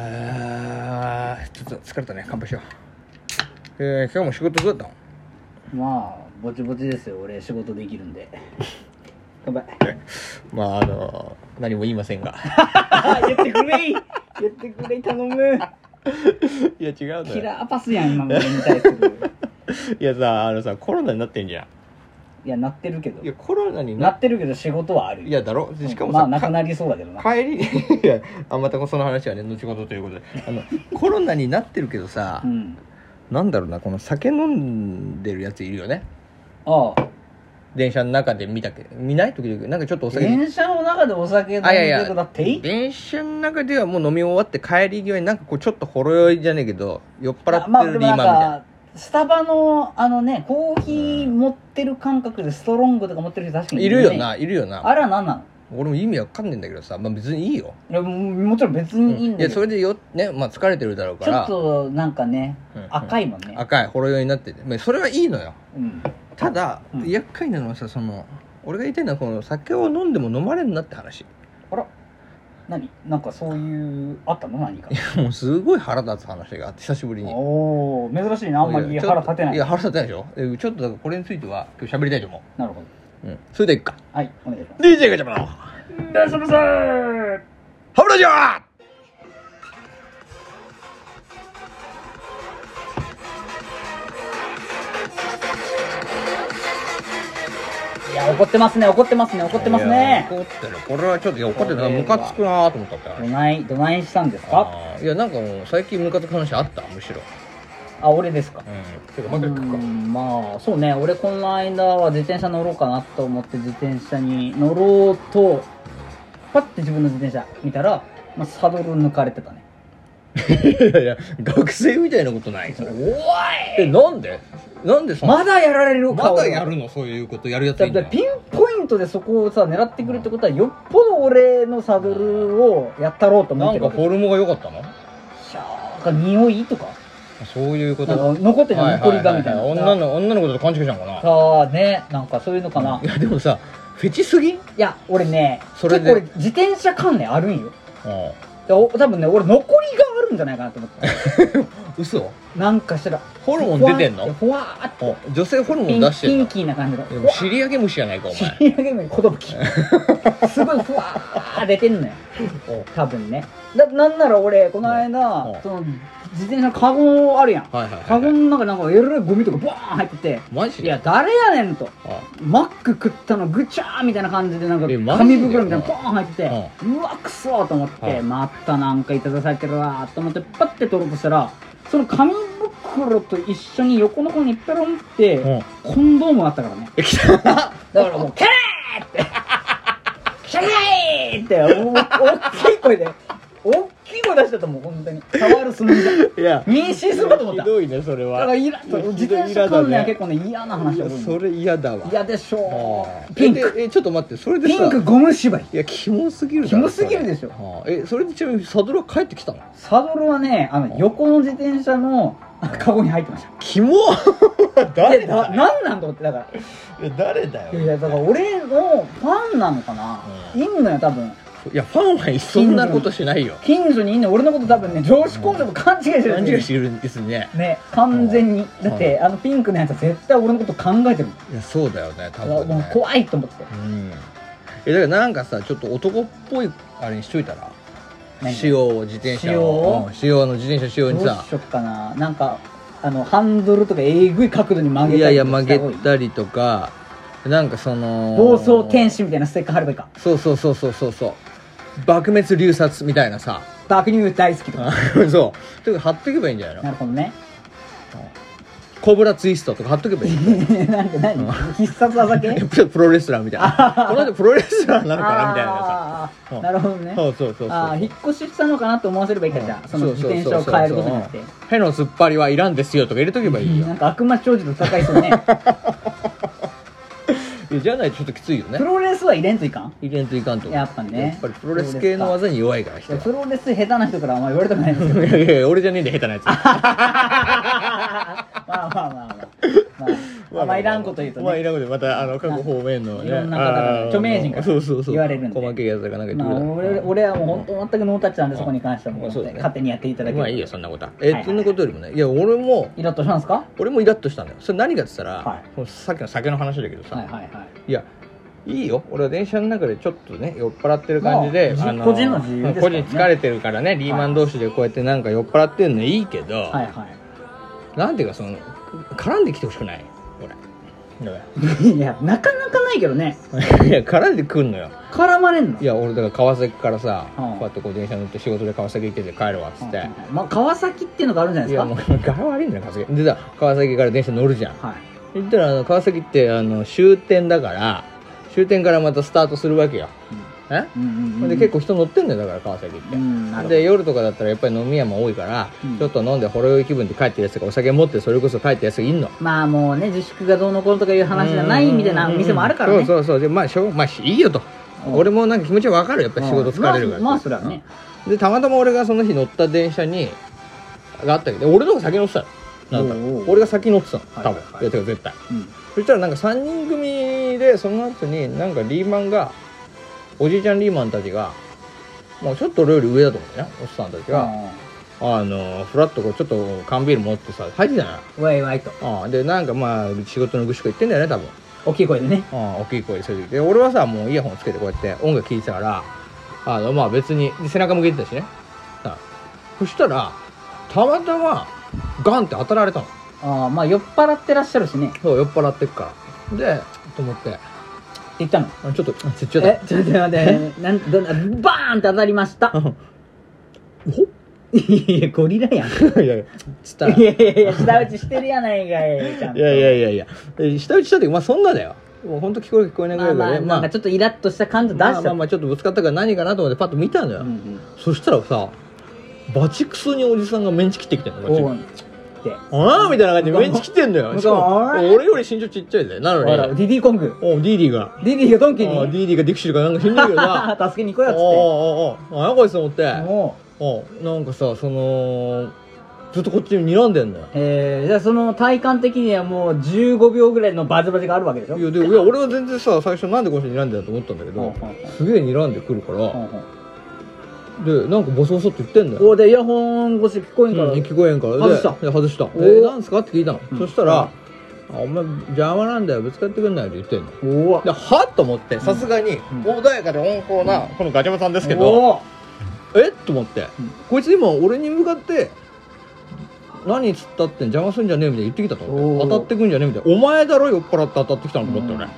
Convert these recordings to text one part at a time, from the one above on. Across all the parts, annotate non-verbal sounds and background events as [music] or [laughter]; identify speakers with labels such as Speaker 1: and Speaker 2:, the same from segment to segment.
Speaker 1: あーちょっと疲れたね乾杯しよう、えー、今日も仕事どうだっ
Speaker 2: まあぼちぼちですよ俺仕事できるん
Speaker 1: [laughs]
Speaker 2: で乾杯
Speaker 1: たのまああの何も言いませ [laughs] んが
Speaker 2: 言ってくれい言ってくれ頼む
Speaker 1: いや違うんだ
Speaker 2: [laughs] キ
Speaker 1: よ
Speaker 2: ラーパスやん今の俺に対する
Speaker 1: [laughs] いやさあのさコロナになってんじゃ
Speaker 2: いやなってるけど
Speaker 1: んいやコロナに
Speaker 2: な
Speaker 1: な
Speaker 2: ってるけど仕事はあるよ
Speaker 1: いやだろしかも
Speaker 2: ま
Speaker 1: さ、
Speaker 2: あなくなりそうだけどな
Speaker 1: か帰り [laughs] いやあまたその話はね後ほどということであのコロナになってるけどさ、
Speaker 2: うん
Speaker 1: なんだろうなこの酒飲んでるやついるよね
Speaker 2: ああ
Speaker 1: 電車の中で見たけど見ない時々なんかちょっとお酒
Speaker 2: 電車の中でお酒飲ん
Speaker 1: あいやい
Speaker 2: でる
Speaker 1: や
Speaker 2: けどだってい
Speaker 1: 電車の中ではもう飲み終わって帰り際になんかこうちょっとほろ酔いじゃねえけど酔っ払
Speaker 2: まあ
Speaker 1: って
Speaker 2: で
Speaker 1: る
Speaker 2: も
Speaker 1: リーマ
Speaker 2: な
Speaker 1: ンみた
Speaker 2: ん
Speaker 1: いな
Speaker 2: かスタバのあのねコーヒー持ってる感覚でストロングとか持ってる人確かに
Speaker 1: いるよ
Speaker 2: ね
Speaker 1: ないるよな
Speaker 2: あれは何なの
Speaker 1: 俺も意味わかんねえんだけどさまあ別にいいよ
Speaker 2: いやももちろん別
Speaker 1: うん
Speaker 2: にいいん
Speaker 1: い
Speaker 2: だ
Speaker 1: や
Speaker 2: け
Speaker 1: そ
Speaker 2: ど、
Speaker 1: れでよねまあ疲れてるだろうか
Speaker 2: ちょ
Speaker 1: ら
Speaker 2: っとなんかね、
Speaker 1: うんうん
Speaker 2: 赤いもんね、
Speaker 1: 赤いほろ酔いになっててまあそれはいいのよ
Speaker 2: うん、
Speaker 1: ただ
Speaker 2: うん
Speaker 1: 厄介なのはさその俺が言いたいのはこの酒を飲んでも飲まれんなって話
Speaker 2: あら何なんかそういうあったの何か
Speaker 1: もうすごい腹立つ話があって久しぶりに
Speaker 2: おお珍しいなあんまり
Speaker 1: や
Speaker 2: 腹立てない
Speaker 1: や腹立てないでしょえちょっとだからこれについては今日喋りたいと思
Speaker 2: なるほど
Speaker 1: う、うん、それでいっか
Speaker 2: はいお願いしま
Speaker 1: DJ が邪魔だ
Speaker 2: すいらっしゃいませー
Speaker 1: ハブラジャ
Speaker 2: いや怒ってますね怒ってますね怒ってますね
Speaker 1: 怒ってるこれはちょっといや怒って
Speaker 2: こ
Speaker 1: る
Speaker 2: れ
Speaker 1: ムカ
Speaker 2: は
Speaker 1: つくなーと思ったって
Speaker 2: ど
Speaker 1: 話
Speaker 2: ないどないしたんですか
Speaker 1: あーいやなんかもう最近ムカつく話あったむしろ
Speaker 2: あ俺ですか
Speaker 1: うんて
Speaker 2: う
Speaker 1: かまだ行くか
Speaker 2: んまあそうね俺この間は自転車乗ろうかなと思って自転車に乗ろうとパッて自分の自転車見たら、まあ、サドル抜かれてたね
Speaker 1: いやいや学生みたいなことないそれ
Speaker 2: お
Speaker 1: えなんでなんでそんな
Speaker 2: まだやられる
Speaker 1: ま
Speaker 2: 顔
Speaker 1: だやるのそういうことやるやつ
Speaker 2: だ
Speaker 1: い
Speaker 2: っ
Speaker 1: んだ
Speaker 2: て
Speaker 1: よ
Speaker 2: ピンポイントでそこをさ狙ってくるってことはよっぽど俺のサドルをやったろうと思
Speaker 1: な
Speaker 2: っ
Speaker 1: ん
Speaker 2: て
Speaker 1: か
Speaker 2: るわけ
Speaker 1: フォルムが良かったの
Speaker 2: シャーなんか匂いとか
Speaker 1: そういうこ
Speaker 2: な
Speaker 1: と
Speaker 2: んか残ってた残りがみたいな
Speaker 1: はははは女の女の子と勘違いしたのか
Speaker 2: さあねなんかそういうのかな、
Speaker 1: ないやでもさフェチすぎん
Speaker 2: いや俺ね
Speaker 1: それ
Speaker 2: 結
Speaker 1: で
Speaker 2: 構俺自転車関連あるんよ
Speaker 1: うん
Speaker 2: でお多分ね俺残りがあるんじゃないかなと思って
Speaker 1: 嘘
Speaker 2: なんかしたら
Speaker 1: ホルモン出てんの
Speaker 2: ふわーっと
Speaker 1: うん女性ホルモ
Speaker 2: ピ
Speaker 1: ン
Speaker 2: ン
Speaker 1: 出して
Speaker 2: ピ
Speaker 1: ん
Speaker 2: ン
Speaker 1: の
Speaker 2: キーな感じの
Speaker 1: でも尻上げ虫やないかお前
Speaker 2: 仕上げのことぶきすごいふわー出てんのよ多分ねだなんなら俺この
Speaker 1: うんう
Speaker 2: 間
Speaker 1: ん
Speaker 2: その自転車のカゴあるやん
Speaker 1: はいはいはい
Speaker 2: カゴの中なんかえらいゴミとかバーン入ってて
Speaker 1: マジ
Speaker 2: い
Speaker 1: で
Speaker 2: や誰やねんと
Speaker 1: あ
Speaker 2: マック食ったのぐちゃーみたいな感じでなんか
Speaker 1: えマジ
Speaker 2: 紙
Speaker 1: で
Speaker 2: 袋みたいなのポーン入っててうわくそーと思っ
Speaker 1: は
Speaker 2: て
Speaker 1: い
Speaker 2: またなんかいただされてるわーと思ってパッて取ろうとしたらその紙袋と一緒に横の方にペロンって
Speaker 1: うん
Speaker 2: コンドームあったからね
Speaker 1: え来た
Speaker 2: だからもう「キャレー!」って「キャレー!」ってお大きい声で大きい声出してたもう本当に触るすんじ
Speaker 1: い
Speaker 2: ゃ
Speaker 1: や
Speaker 2: 妊娠するかと思っただ
Speaker 1: いねそれ
Speaker 2: からイラ
Speaker 1: ひどい
Speaker 2: 自転
Speaker 1: イラ
Speaker 2: 車
Speaker 1: だね
Speaker 2: 関連は結構ね嫌な話を
Speaker 1: それ嫌だわ
Speaker 2: 嫌でしょ
Speaker 1: あー
Speaker 2: ピンク
Speaker 1: えでえちょっと待ってそれでさ
Speaker 2: ピンクゴム縛り
Speaker 1: いやキモすぎるだろ
Speaker 2: キモすぎるでし
Speaker 1: そ
Speaker 2: ょ
Speaker 1: れあーえそれでちなみにサドルは帰ってきたの
Speaker 2: サドルはねあの横の自転車のあカゴに入ってました
Speaker 1: キモ
Speaker 2: えななんなんと思ってだか
Speaker 1: え誰だ
Speaker 2: らいやだから俺のファンなのかな、
Speaker 1: うん
Speaker 2: いんのよ多分
Speaker 1: いやファンはそんなことしないよ
Speaker 2: 近所にいんの俺のこと多分ね常識根性と勘違いしてる
Speaker 1: 何がしてるんですね
Speaker 2: ね完全にだってあのピンクのやつは絶対俺のこと考えてる
Speaker 1: いやそうだよね多
Speaker 2: もん
Speaker 1: 分
Speaker 2: も
Speaker 1: ね
Speaker 2: う怖いと思って
Speaker 1: うんえだからなんかさちょっと男っぽいあれにしといたら
Speaker 2: 何
Speaker 1: 仕様を自転車をう
Speaker 2: 仕様
Speaker 1: ん仕様の自転車仕様
Speaker 2: ど
Speaker 1: に
Speaker 2: う
Speaker 1: さ
Speaker 2: しよっかななんかあのハンドルとかえぐい角度に曲げたり
Speaker 1: いやいや
Speaker 2: とか
Speaker 1: 曲
Speaker 2: した
Speaker 1: げ
Speaker 2: 方がいい
Speaker 1: たりとかなんかその
Speaker 2: 暴走天使みたいなステッカー貼ればいいか
Speaker 1: そうそうそうそうそうそう爆滅流殺みたいなさ [laughs]
Speaker 2: 爆乳大好きとか
Speaker 1: そうとか貼っとけばいいんじゃない
Speaker 2: な
Speaker 1: の
Speaker 2: るほどね [laughs]
Speaker 1: コブラツイストとか貼っとけばいい
Speaker 2: なんか何必殺
Speaker 1: [laughs]
Speaker 2: 技系
Speaker 1: プロプロレスラーみたい
Speaker 2: [laughs]
Speaker 1: なこの人プロレスラーなのかなみたいなさ
Speaker 2: あー
Speaker 1: うん
Speaker 2: なるほどね
Speaker 1: そうそうそうそう
Speaker 2: ああ引っ越ししたのかなと思わせればいいかじゃあその自転車を変えることによっ
Speaker 1: そ
Speaker 2: て
Speaker 1: うそうそうそう「への突っ張りはいらんですよ」とか入れとけばいいよ
Speaker 2: なんか悪魔長寿と戦いそうね
Speaker 1: いやじゃないとちょっときついよね
Speaker 2: プロレスは入れんといかん
Speaker 1: 入れんといかんと
Speaker 2: やっぱね
Speaker 1: やっぱりプロレス系の技に弱いから人は
Speaker 2: プロレス下手な人からあんまり言われたくないんですけど
Speaker 1: いやいや俺じゃねえんで下手なやつま
Speaker 2: まあまあまあまあ、まあ、あまあいらんこと言うとね
Speaker 1: まあいらんこと言うまたあの各方面の、ね、
Speaker 2: いろんな方が
Speaker 1: あー
Speaker 2: 著名人から
Speaker 1: そうそうそう
Speaker 2: 言われるんで
Speaker 1: 細けいやつがなんか言ってくるだ
Speaker 2: まあ、
Speaker 1: ろう
Speaker 2: 俺俺はもう本当全くノータッチなんでそこに関してはもう
Speaker 1: まあそうだね
Speaker 2: 勝手にやっていただける
Speaker 1: まあいいよそんなことは
Speaker 2: は
Speaker 1: え
Speaker 2: いはい
Speaker 1: そんなことよりもねいや俺も
Speaker 2: イラッとしたんですか
Speaker 1: 俺もイラッとしたんだよそれ何かって言ったら、
Speaker 2: はい
Speaker 1: もうさっきの酒の話だけどさ、
Speaker 2: はいはいはい
Speaker 1: いやいいよ俺は電車の中でちょっとね酔っ払ってる感じで、
Speaker 2: まあ
Speaker 1: の
Speaker 2: 個人の自由ですから
Speaker 1: 個
Speaker 2: ね
Speaker 1: 人疲れてるからねリーマン同士でこうやってなんか酔っ払ってるのいいけど、
Speaker 2: はいはい
Speaker 1: なんていうかその絡んできてほしくない俺
Speaker 2: いや、なかなかないけどね。
Speaker 1: いや絡んでくんのよ
Speaker 2: 絡まれんの。
Speaker 1: いや俺だから川崎からさ、
Speaker 2: うん
Speaker 1: こうやってこう電車乗って仕事で川崎行ってて帰るわっつ
Speaker 2: う
Speaker 1: っ
Speaker 2: んうん
Speaker 1: て、
Speaker 2: うんまあ、川崎っていうのがあるんじゃない
Speaker 1: い
Speaker 2: です
Speaker 1: や
Speaker 2: か。
Speaker 1: もう柄悪いんだよ川崎でさ川崎から電車乗るじゃん
Speaker 2: はい。
Speaker 1: 言ったらあの川崎ってあの終点だから終点からまたスタートするわけよえ
Speaker 2: うんうんうん。
Speaker 1: で結構人乗ってんだよだから川崎って、
Speaker 2: うん、なるほど
Speaker 1: で夜とかだったらやっぱり飲み屋も多いから、
Speaker 2: うん
Speaker 1: ちょっと飲んでほろ酔い気分で帰ってるやつとかお酒持ってそれこそ帰ってるやつがいんの
Speaker 2: まあ、もうね、自粛がどうのこうのとかいう話じゃないみたいな店もあるから
Speaker 1: うん
Speaker 2: ね。
Speaker 1: そうそうそうでまあしょうまあいいよと
Speaker 2: うん
Speaker 1: 俺もなんか気持ちは分かるよやっぱり仕事疲れるから
Speaker 2: まあ、まあ、それはね。
Speaker 1: でたまたま俺がその日乗った電車にがあったけど俺の方が先乗ってたのなんだ
Speaker 2: おうおう
Speaker 1: 俺が先乗ってたの
Speaker 2: はい
Speaker 1: 多
Speaker 2: はいはい
Speaker 1: 分いやてか絶対
Speaker 2: うん。
Speaker 1: そしたらなんか3人組でその後になんかリーマンがおじいちゃんリーマンたちがもうちょっと俺より上だと思うんだよねおっさんたちが、あのフラッとこうちょっと缶ビール持ってさ入ってたのよ
Speaker 2: うんわいわいと。
Speaker 1: ああでなんかまあ仕事の愚痴とか言ってんだよね多分
Speaker 2: 大きい声でね。
Speaker 1: ああ大きい声でそういう時で俺はさもうイヤホンつけてこうやって音楽聴いてたからあのまあ別にで背中向けてたしねああそしたらたまたまガンって当たられたの
Speaker 2: ああ、まあ、酔っ払ってらっしゃるしね。って
Speaker 1: そう酔っ払ってっからでと思って
Speaker 2: 言ったの。
Speaker 1: あちょっとつっちゃった
Speaker 2: え、ちょっと待って、なん、どんな、バーンって当たりました。いや、ゴリラやん。
Speaker 1: [laughs] いやいやつったら
Speaker 2: いやいやいや、下打ちしてるやないかい。ちゃん
Speaker 1: い
Speaker 2: と
Speaker 1: やいやいやいやえ下打ちした時まあそんなだよもうほんと聞こえる聞こえないぐ
Speaker 2: ま
Speaker 1: ら
Speaker 2: あ
Speaker 1: いだ
Speaker 2: まあ、
Speaker 1: ね
Speaker 2: なんかちょっとイラッとした感じ出しちゃっ
Speaker 1: ま
Speaker 2: た
Speaker 1: あまあまあちょっとぶつかったから何かなと思ってパッと見たのよ、
Speaker 2: うんうん
Speaker 1: そしたらさバチクソにおじさんがメンチ切ってきてんの
Speaker 2: お
Speaker 1: こ
Speaker 2: う
Speaker 1: っ
Speaker 2: ん
Speaker 1: ち
Speaker 2: って
Speaker 1: ああみたいな感じでメンチ切ってんだ
Speaker 2: 向こ
Speaker 1: よ
Speaker 2: う
Speaker 1: しかも
Speaker 2: あら
Speaker 1: 俺より身長ちっちゃいぜな
Speaker 2: あ
Speaker 1: の
Speaker 2: ら
Speaker 1: に
Speaker 2: ディディコング
Speaker 1: おディーディが
Speaker 2: ディディがドン
Speaker 1: デ
Speaker 2: キ
Speaker 1: ィー
Speaker 2: に
Speaker 1: ディがディクシーとかなんかしんないけど
Speaker 2: [laughs]
Speaker 1: な
Speaker 2: 助けに行こうよ
Speaker 1: おうおうおうおうあやこいつと思って
Speaker 2: っつっても
Speaker 1: おうなんかさそのずっとこっちに睨んでんのよ
Speaker 2: うえーじゃあその体感的にはもう15秒ぐらいのバズバズがあるわけでしょ
Speaker 1: いやでいや俺は全然さ最初なんでこの人睨んでたと思ったんだけ
Speaker 2: うんう
Speaker 1: ど
Speaker 2: ん
Speaker 1: すげえ睨んでくるか
Speaker 2: う
Speaker 1: ら
Speaker 2: んうん
Speaker 1: でなんかボソボソって言ってんだよ
Speaker 2: おでイヤホン越し聞こえんから
Speaker 1: うん、聞こえんからで
Speaker 2: 外した
Speaker 1: で外した
Speaker 2: お
Speaker 1: でなんすかって聞いたの、
Speaker 2: うん
Speaker 1: そしたら、あ「お前邪魔なんだよぶつかってくんない」って言ってんの
Speaker 2: おわ
Speaker 1: ではっと思ってさすがに
Speaker 2: ん
Speaker 1: 穏やかで温厚な、このガチャマさんですけど、
Speaker 2: お
Speaker 1: えっと思って、
Speaker 2: うん
Speaker 1: こいつ今俺に向かって何つったって邪魔すんじゃねえみたいな言ってきたと思っ
Speaker 2: お
Speaker 1: て
Speaker 2: ー
Speaker 1: 当たってくんじゃねえみたいなお前だろ酔っ払って当たってきたのと思って俺、
Speaker 2: うん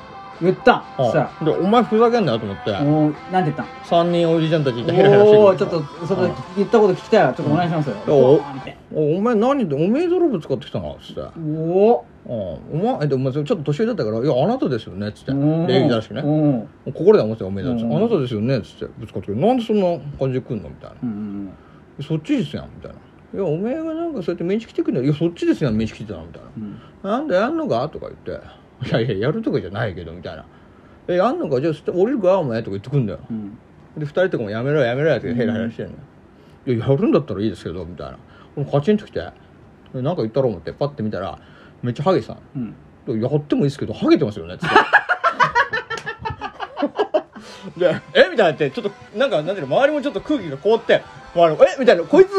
Speaker 2: 言ったそしたら
Speaker 1: うんでお前ふざけんなよと思って
Speaker 2: おうなんて言ったん
Speaker 1: 3人おじちゃんたちいてヘラヘラしてる
Speaker 2: おおちょっとそこで言ったこと聞きたいからちょっとお願いしますよ
Speaker 1: うん
Speaker 2: おーって
Speaker 1: おお前何でおめえだろぶつかってきたなっつって
Speaker 2: おお
Speaker 1: うん、お前えでもちょっと年上だったから「いやあなたですよね」っつって
Speaker 2: うん
Speaker 1: 礼儀正しくねも
Speaker 2: うん
Speaker 1: う心で思ってたよおめでとうっつって
Speaker 2: うん
Speaker 1: あなたですよね」っつってぶつかってくるなんでそんな感じで来んの?」みたいな
Speaker 2: うん
Speaker 1: 「
Speaker 2: うん
Speaker 1: そっちですやん」みたいな「いやおめえがなんかそうやってメンチ来てくんだよいやそっちですやんメンチ来てたな」みたい
Speaker 2: うんう
Speaker 1: な
Speaker 2: ん
Speaker 1: 「なんだやんのか?」とか言って「いやいややるとかじゃないけど」みたいな「えやんのかじゃあ捨て降りるかお前」とか言ってくんだよ
Speaker 2: うん
Speaker 1: で2人とかも「やめろやめろ」やってヘラヘラしてんの、いややるんだったらいいですけど」みたいな俺カチンときてえなんか言ったろう思ってパッて見たらめっちゃハゲてたの
Speaker 2: うん
Speaker 1: やってもいいですけどハゲてますよね」つってでえみたいになってちょっとなんかなんていうの周りもちょっと空気が凍って周りもえみたいなこいつ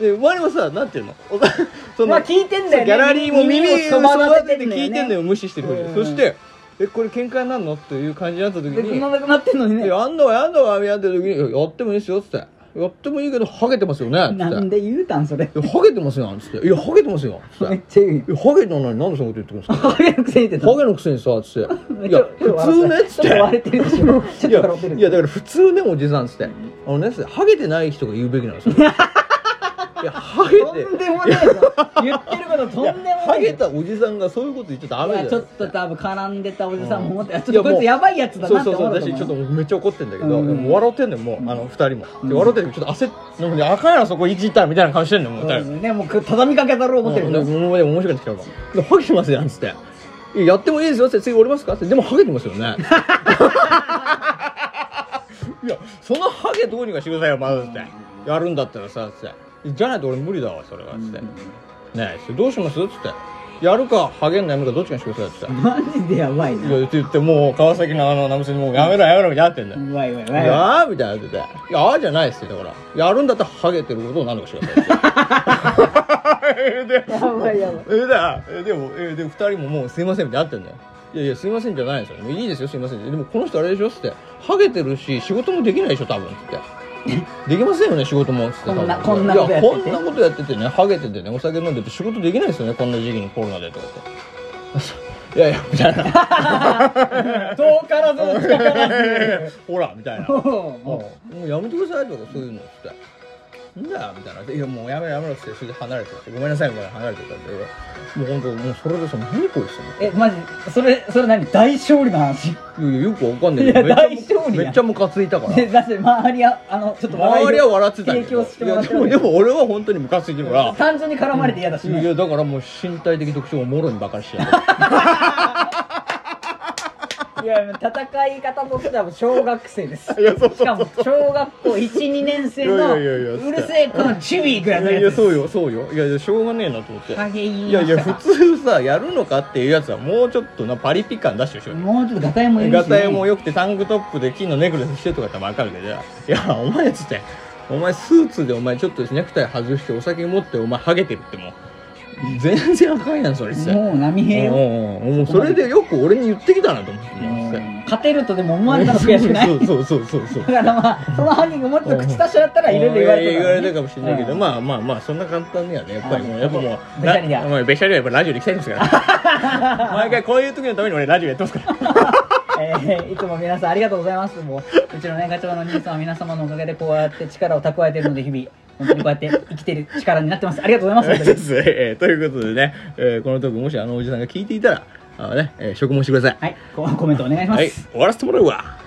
Speaker 1: で周りもさなんていうのお [laughs] その
Speaker 2: まあ聞いてんだよね
Speaker 1: ギャラリーも耳を
Speaker 2: 耳を
Speaker 1: そ
Speaker 2: そ
Speaker 1: ば
Speaker 2: ば
Speaker 1: だ
Speaker 2: だ
Speaker 1: て
Speaker 2: て
Speaker 1: て
Speaker 2: て
Speaker 1: 聞
Speaker 2: ん
Speaker 1: い
Speaker 2: だよね
Speaker 1: てんのよ無視してるふり
Speaker 2: うん
Speaker 1: そして「えこれ喧嘩になんの?」っていう感じになった時
Speaker 2: でこん
Speaker 1: に
Speaker 2: ななってんのに
Speaker 1: 「
Speaker 2: ね
Speaker 1: やんのはやんのは」みたいな時にいや「やってもいいですよ」っつって「やってもいいけどハゲてますよね」っつって
Speaker 2: なんで言うたんそれ
Speaker 1: いやハゲてますよ」っつって「いやハゲてますよ」っつっ
Speaker 2: め [laughs]
Speaker 1: て
Speaker 2: っちゃ言う
Speaker 1: 「いやハゲなのになんでそんなこと言ってくるんですか?」
Speaker 2: ハゲのくせに言ってた
Speaker 1: ハゲのくせにさ、つって。いや、
Speaker 2: ちょっと
Speaker 1: 普通ね、つっ
Speaker 2: ちょっと割
Speaker 1: て。
Speaker 2: れてるでしょちょ
Speaker 1: い
Speaker 2: っと笑って
Speaker 1: や、
Speaker 2: る
Speaker 1: いやだから普通ね、おじさん、つって。あのね、つってハゲてない人が言うべきなんですよ。いや、ハゲ
Speaker 2: と
Speaker 1: て
Speaker 2: ん。でもないぞ言ってることとん
Speaker 1: い
Speaker 2: で
Speaker 1: や
Speaker 2: もない
Speaker 1: ハゲたおじさんがそういうこと言っちゃダ
Speaker 2: い
Speaker 1: メだ
Speaker 2: や
Speaker 1: よ。
Speaker 2: ちょっと多分絡んでたおじさんも思ってちょっ
Speaker 1: いやも
Speaker 2: と
Speaker 1: う
Speaker 2: こいつやばいやつだ
Speaker 1: そう
Speaker 2: なっ
Speaker 1: そ
Speaker 2: て
Speaker 1: うそうだ
Speaker 2: 思うと
Speaker 1: しちょっ
Speaker 2: 思
Speaker 1: と
Speaker 2: う
Speaker 1: もうめっちゃ怒ってんだけど、
Speaker 2: うん
Speaker 1: もう笑ってんのもうあの二人も、で笑ってんのちょっと焦ってなんかあかんやろそこいじったらみたいな顔してんのもう
Speaker 2: そ
Speaker 1: 二
Speaker 2: う
Speaker 1: 人
Speaker 2: ですねもう畳みかけだろう思ってる
Speaker 1: うん
Speaker 2: け
Speaker 1: で
Speaker 2: ど
Speaker 1: ももう面白くなってきたから「ハゲてますやん」っつって「いややってもいいですよ」っつって「次折りますか?」って「でもハゲてますよね」 [laughs] いやそのハゲどうにかしてくださいよまず」って「やるんだったらさ」っつって「じゃないと俺無理だわそれは」っつって「ねえどうします?」っつって「やるかハゲんのやめるかどっちかにしてくださいって言っ
Speaker 2: マジでやばい
Speaker 1: た
Speaker 2: な。
Speaker 1: いや言って言ってもう川崎のあのナムセにもうやめろやめろみたいになってんだよ、
Speaker 2: わいわい
Speaker 1: い
Speaker 2: わいわ
Speaker 1: やーみたいな言ってて「いやー」じゃないっすよだからやるんだったらハゲてることを何とかしてくださいってえー [laughs] で
Speaker 2: い。やばいやばい。
Speaker 1: えだえでもえで2人ももう「すいません」ってなってんだよいやいやすいませんじゃないですよねいいですよすいませんでもこの人あれでしょっつってハゲてるし仕事もできないでしょ多分っつってできませんよね仕事もっつって
Speaker 2: こんな
Speaker 1: 多分
Speaker 2: こんなことやってて
Speaker 1: いやこんなことやっててねハゲててねお酒飲んでて仕事できないですよねこんな時期にコロナでとかっていやいやみたいな
Speaker 2: 遠からず近から [laughs]
Speaker 1: ほらみたいな
Speaker 2: ず。
Speaker 1: もうもうやめてくださいとかそういうのっつって「んだよ」みたいな「いやもうやめろやめろ」っつってそれで離れて「ごめんなさい」みたいな離れてたんだけどもう本当もうそれでその何こいつ
Speaker 2: え、マジ、それ、それ何大勝利の話。
Speaker 1: いやいやよくわかんないけど
Speaker 2: いや
Speaker 1: めっち
Speaker 2: 大
Speaker 1: ゃ
Speaker 2: 勝利や
Speaker 1: めっちゃムカついたから
Speaker 2: で、だって周りは、あの、ちょっと笑い。
Speaker 1: 周りは笑ってたけ
Speaker 2: 提供
Speaker 1: ど
Speaker 2: して
Speaker 1: い
Speaker 2: も
Speaker 1: や
Speaker 2: らって
Speaker 1: で
Speaker 2: る
Speaker 1: もでも俺は本当にムカついてるから
Speaker 2: 単純に絡まれて嫌だし、
Speaker 1: い
Speaker 2: ね。
Speaker 1: やだからもう身体的特徴をもろにばかりしてやる
Speaker 2: いや、戦い方としては小学生です。
Speaker 1: いやそう
Speaker 2: しかも、小学校1、2年生の、
Speaker 1: いやいやいやいや
Speaker 2: うるせえ、このチビーぐらいの
Speaker 1: いやいや
Speaker 2: やつ。
Speaker 1: そうよそうよいやいやしょうがねえなと思って
Speaker 2: ハゲい
Speaker 1: いやいや普通さやるのかっていうやつはもうちょっとなパリピ感出してほしいよね
Speaker 2: もうちょっとガタイもいるし、ね。
Speaker 1: ガタイも良くてタンクトップで金のネックレスしてとかやったら分かるけどいやお前っつってお前スーツでお前ちょっとネクタイ外してお酒持ってお前ハゲてるってもう全然あかんやんそれっつって
Speaker 2: もう波平よ。
Speaker 1: うんうんうんもうそれでよく俺に言ってきたなと思ってもうさ
Speaker 2: うん勝てるとでも思われたら悔しくない。
Speaker 1: そうそうそうそうそう
Speaker 2: だからまあ、その犯人がもっと口達者だったらいろいろ言われて
Speaker 1: 言
Speaker 2: た
Speaker 1: わ
Speaker 2: らね
Speaker 1: れたかもしれないけど、
Speaker 2: うん
Speaker 1: まあまあまあそんな簡単にはねやっぱりも
Speaker 2: う
Speaker 1: うんやっぱもう
Speaker 2: べしゃりだ
Speaker 1: なもうべしゃりはやっぱラジオで行きたいんですから
Speaker 2: [laughs]
Speaker 1: 毎回こういう時のために俺ラジオやってますから
Speaker 2: えーいつも皆さんありがとうございます。もう、うちのね、ガチャバの兄さんは皆様のおかげでこうやって力を蓄えてるので、日々、本当にこうやって生きてる力になってます。ありがとうございます。本当
Speaker 1: で
Speaker 2: に
Speaker 1: す、えーということでね、えーこのトークもしあのおじさんが聞いていたらあのね、えー、職務してください
Speaker 2: はい、ココメントお願いします。
Speaker 1: はい終わらせてもらうわ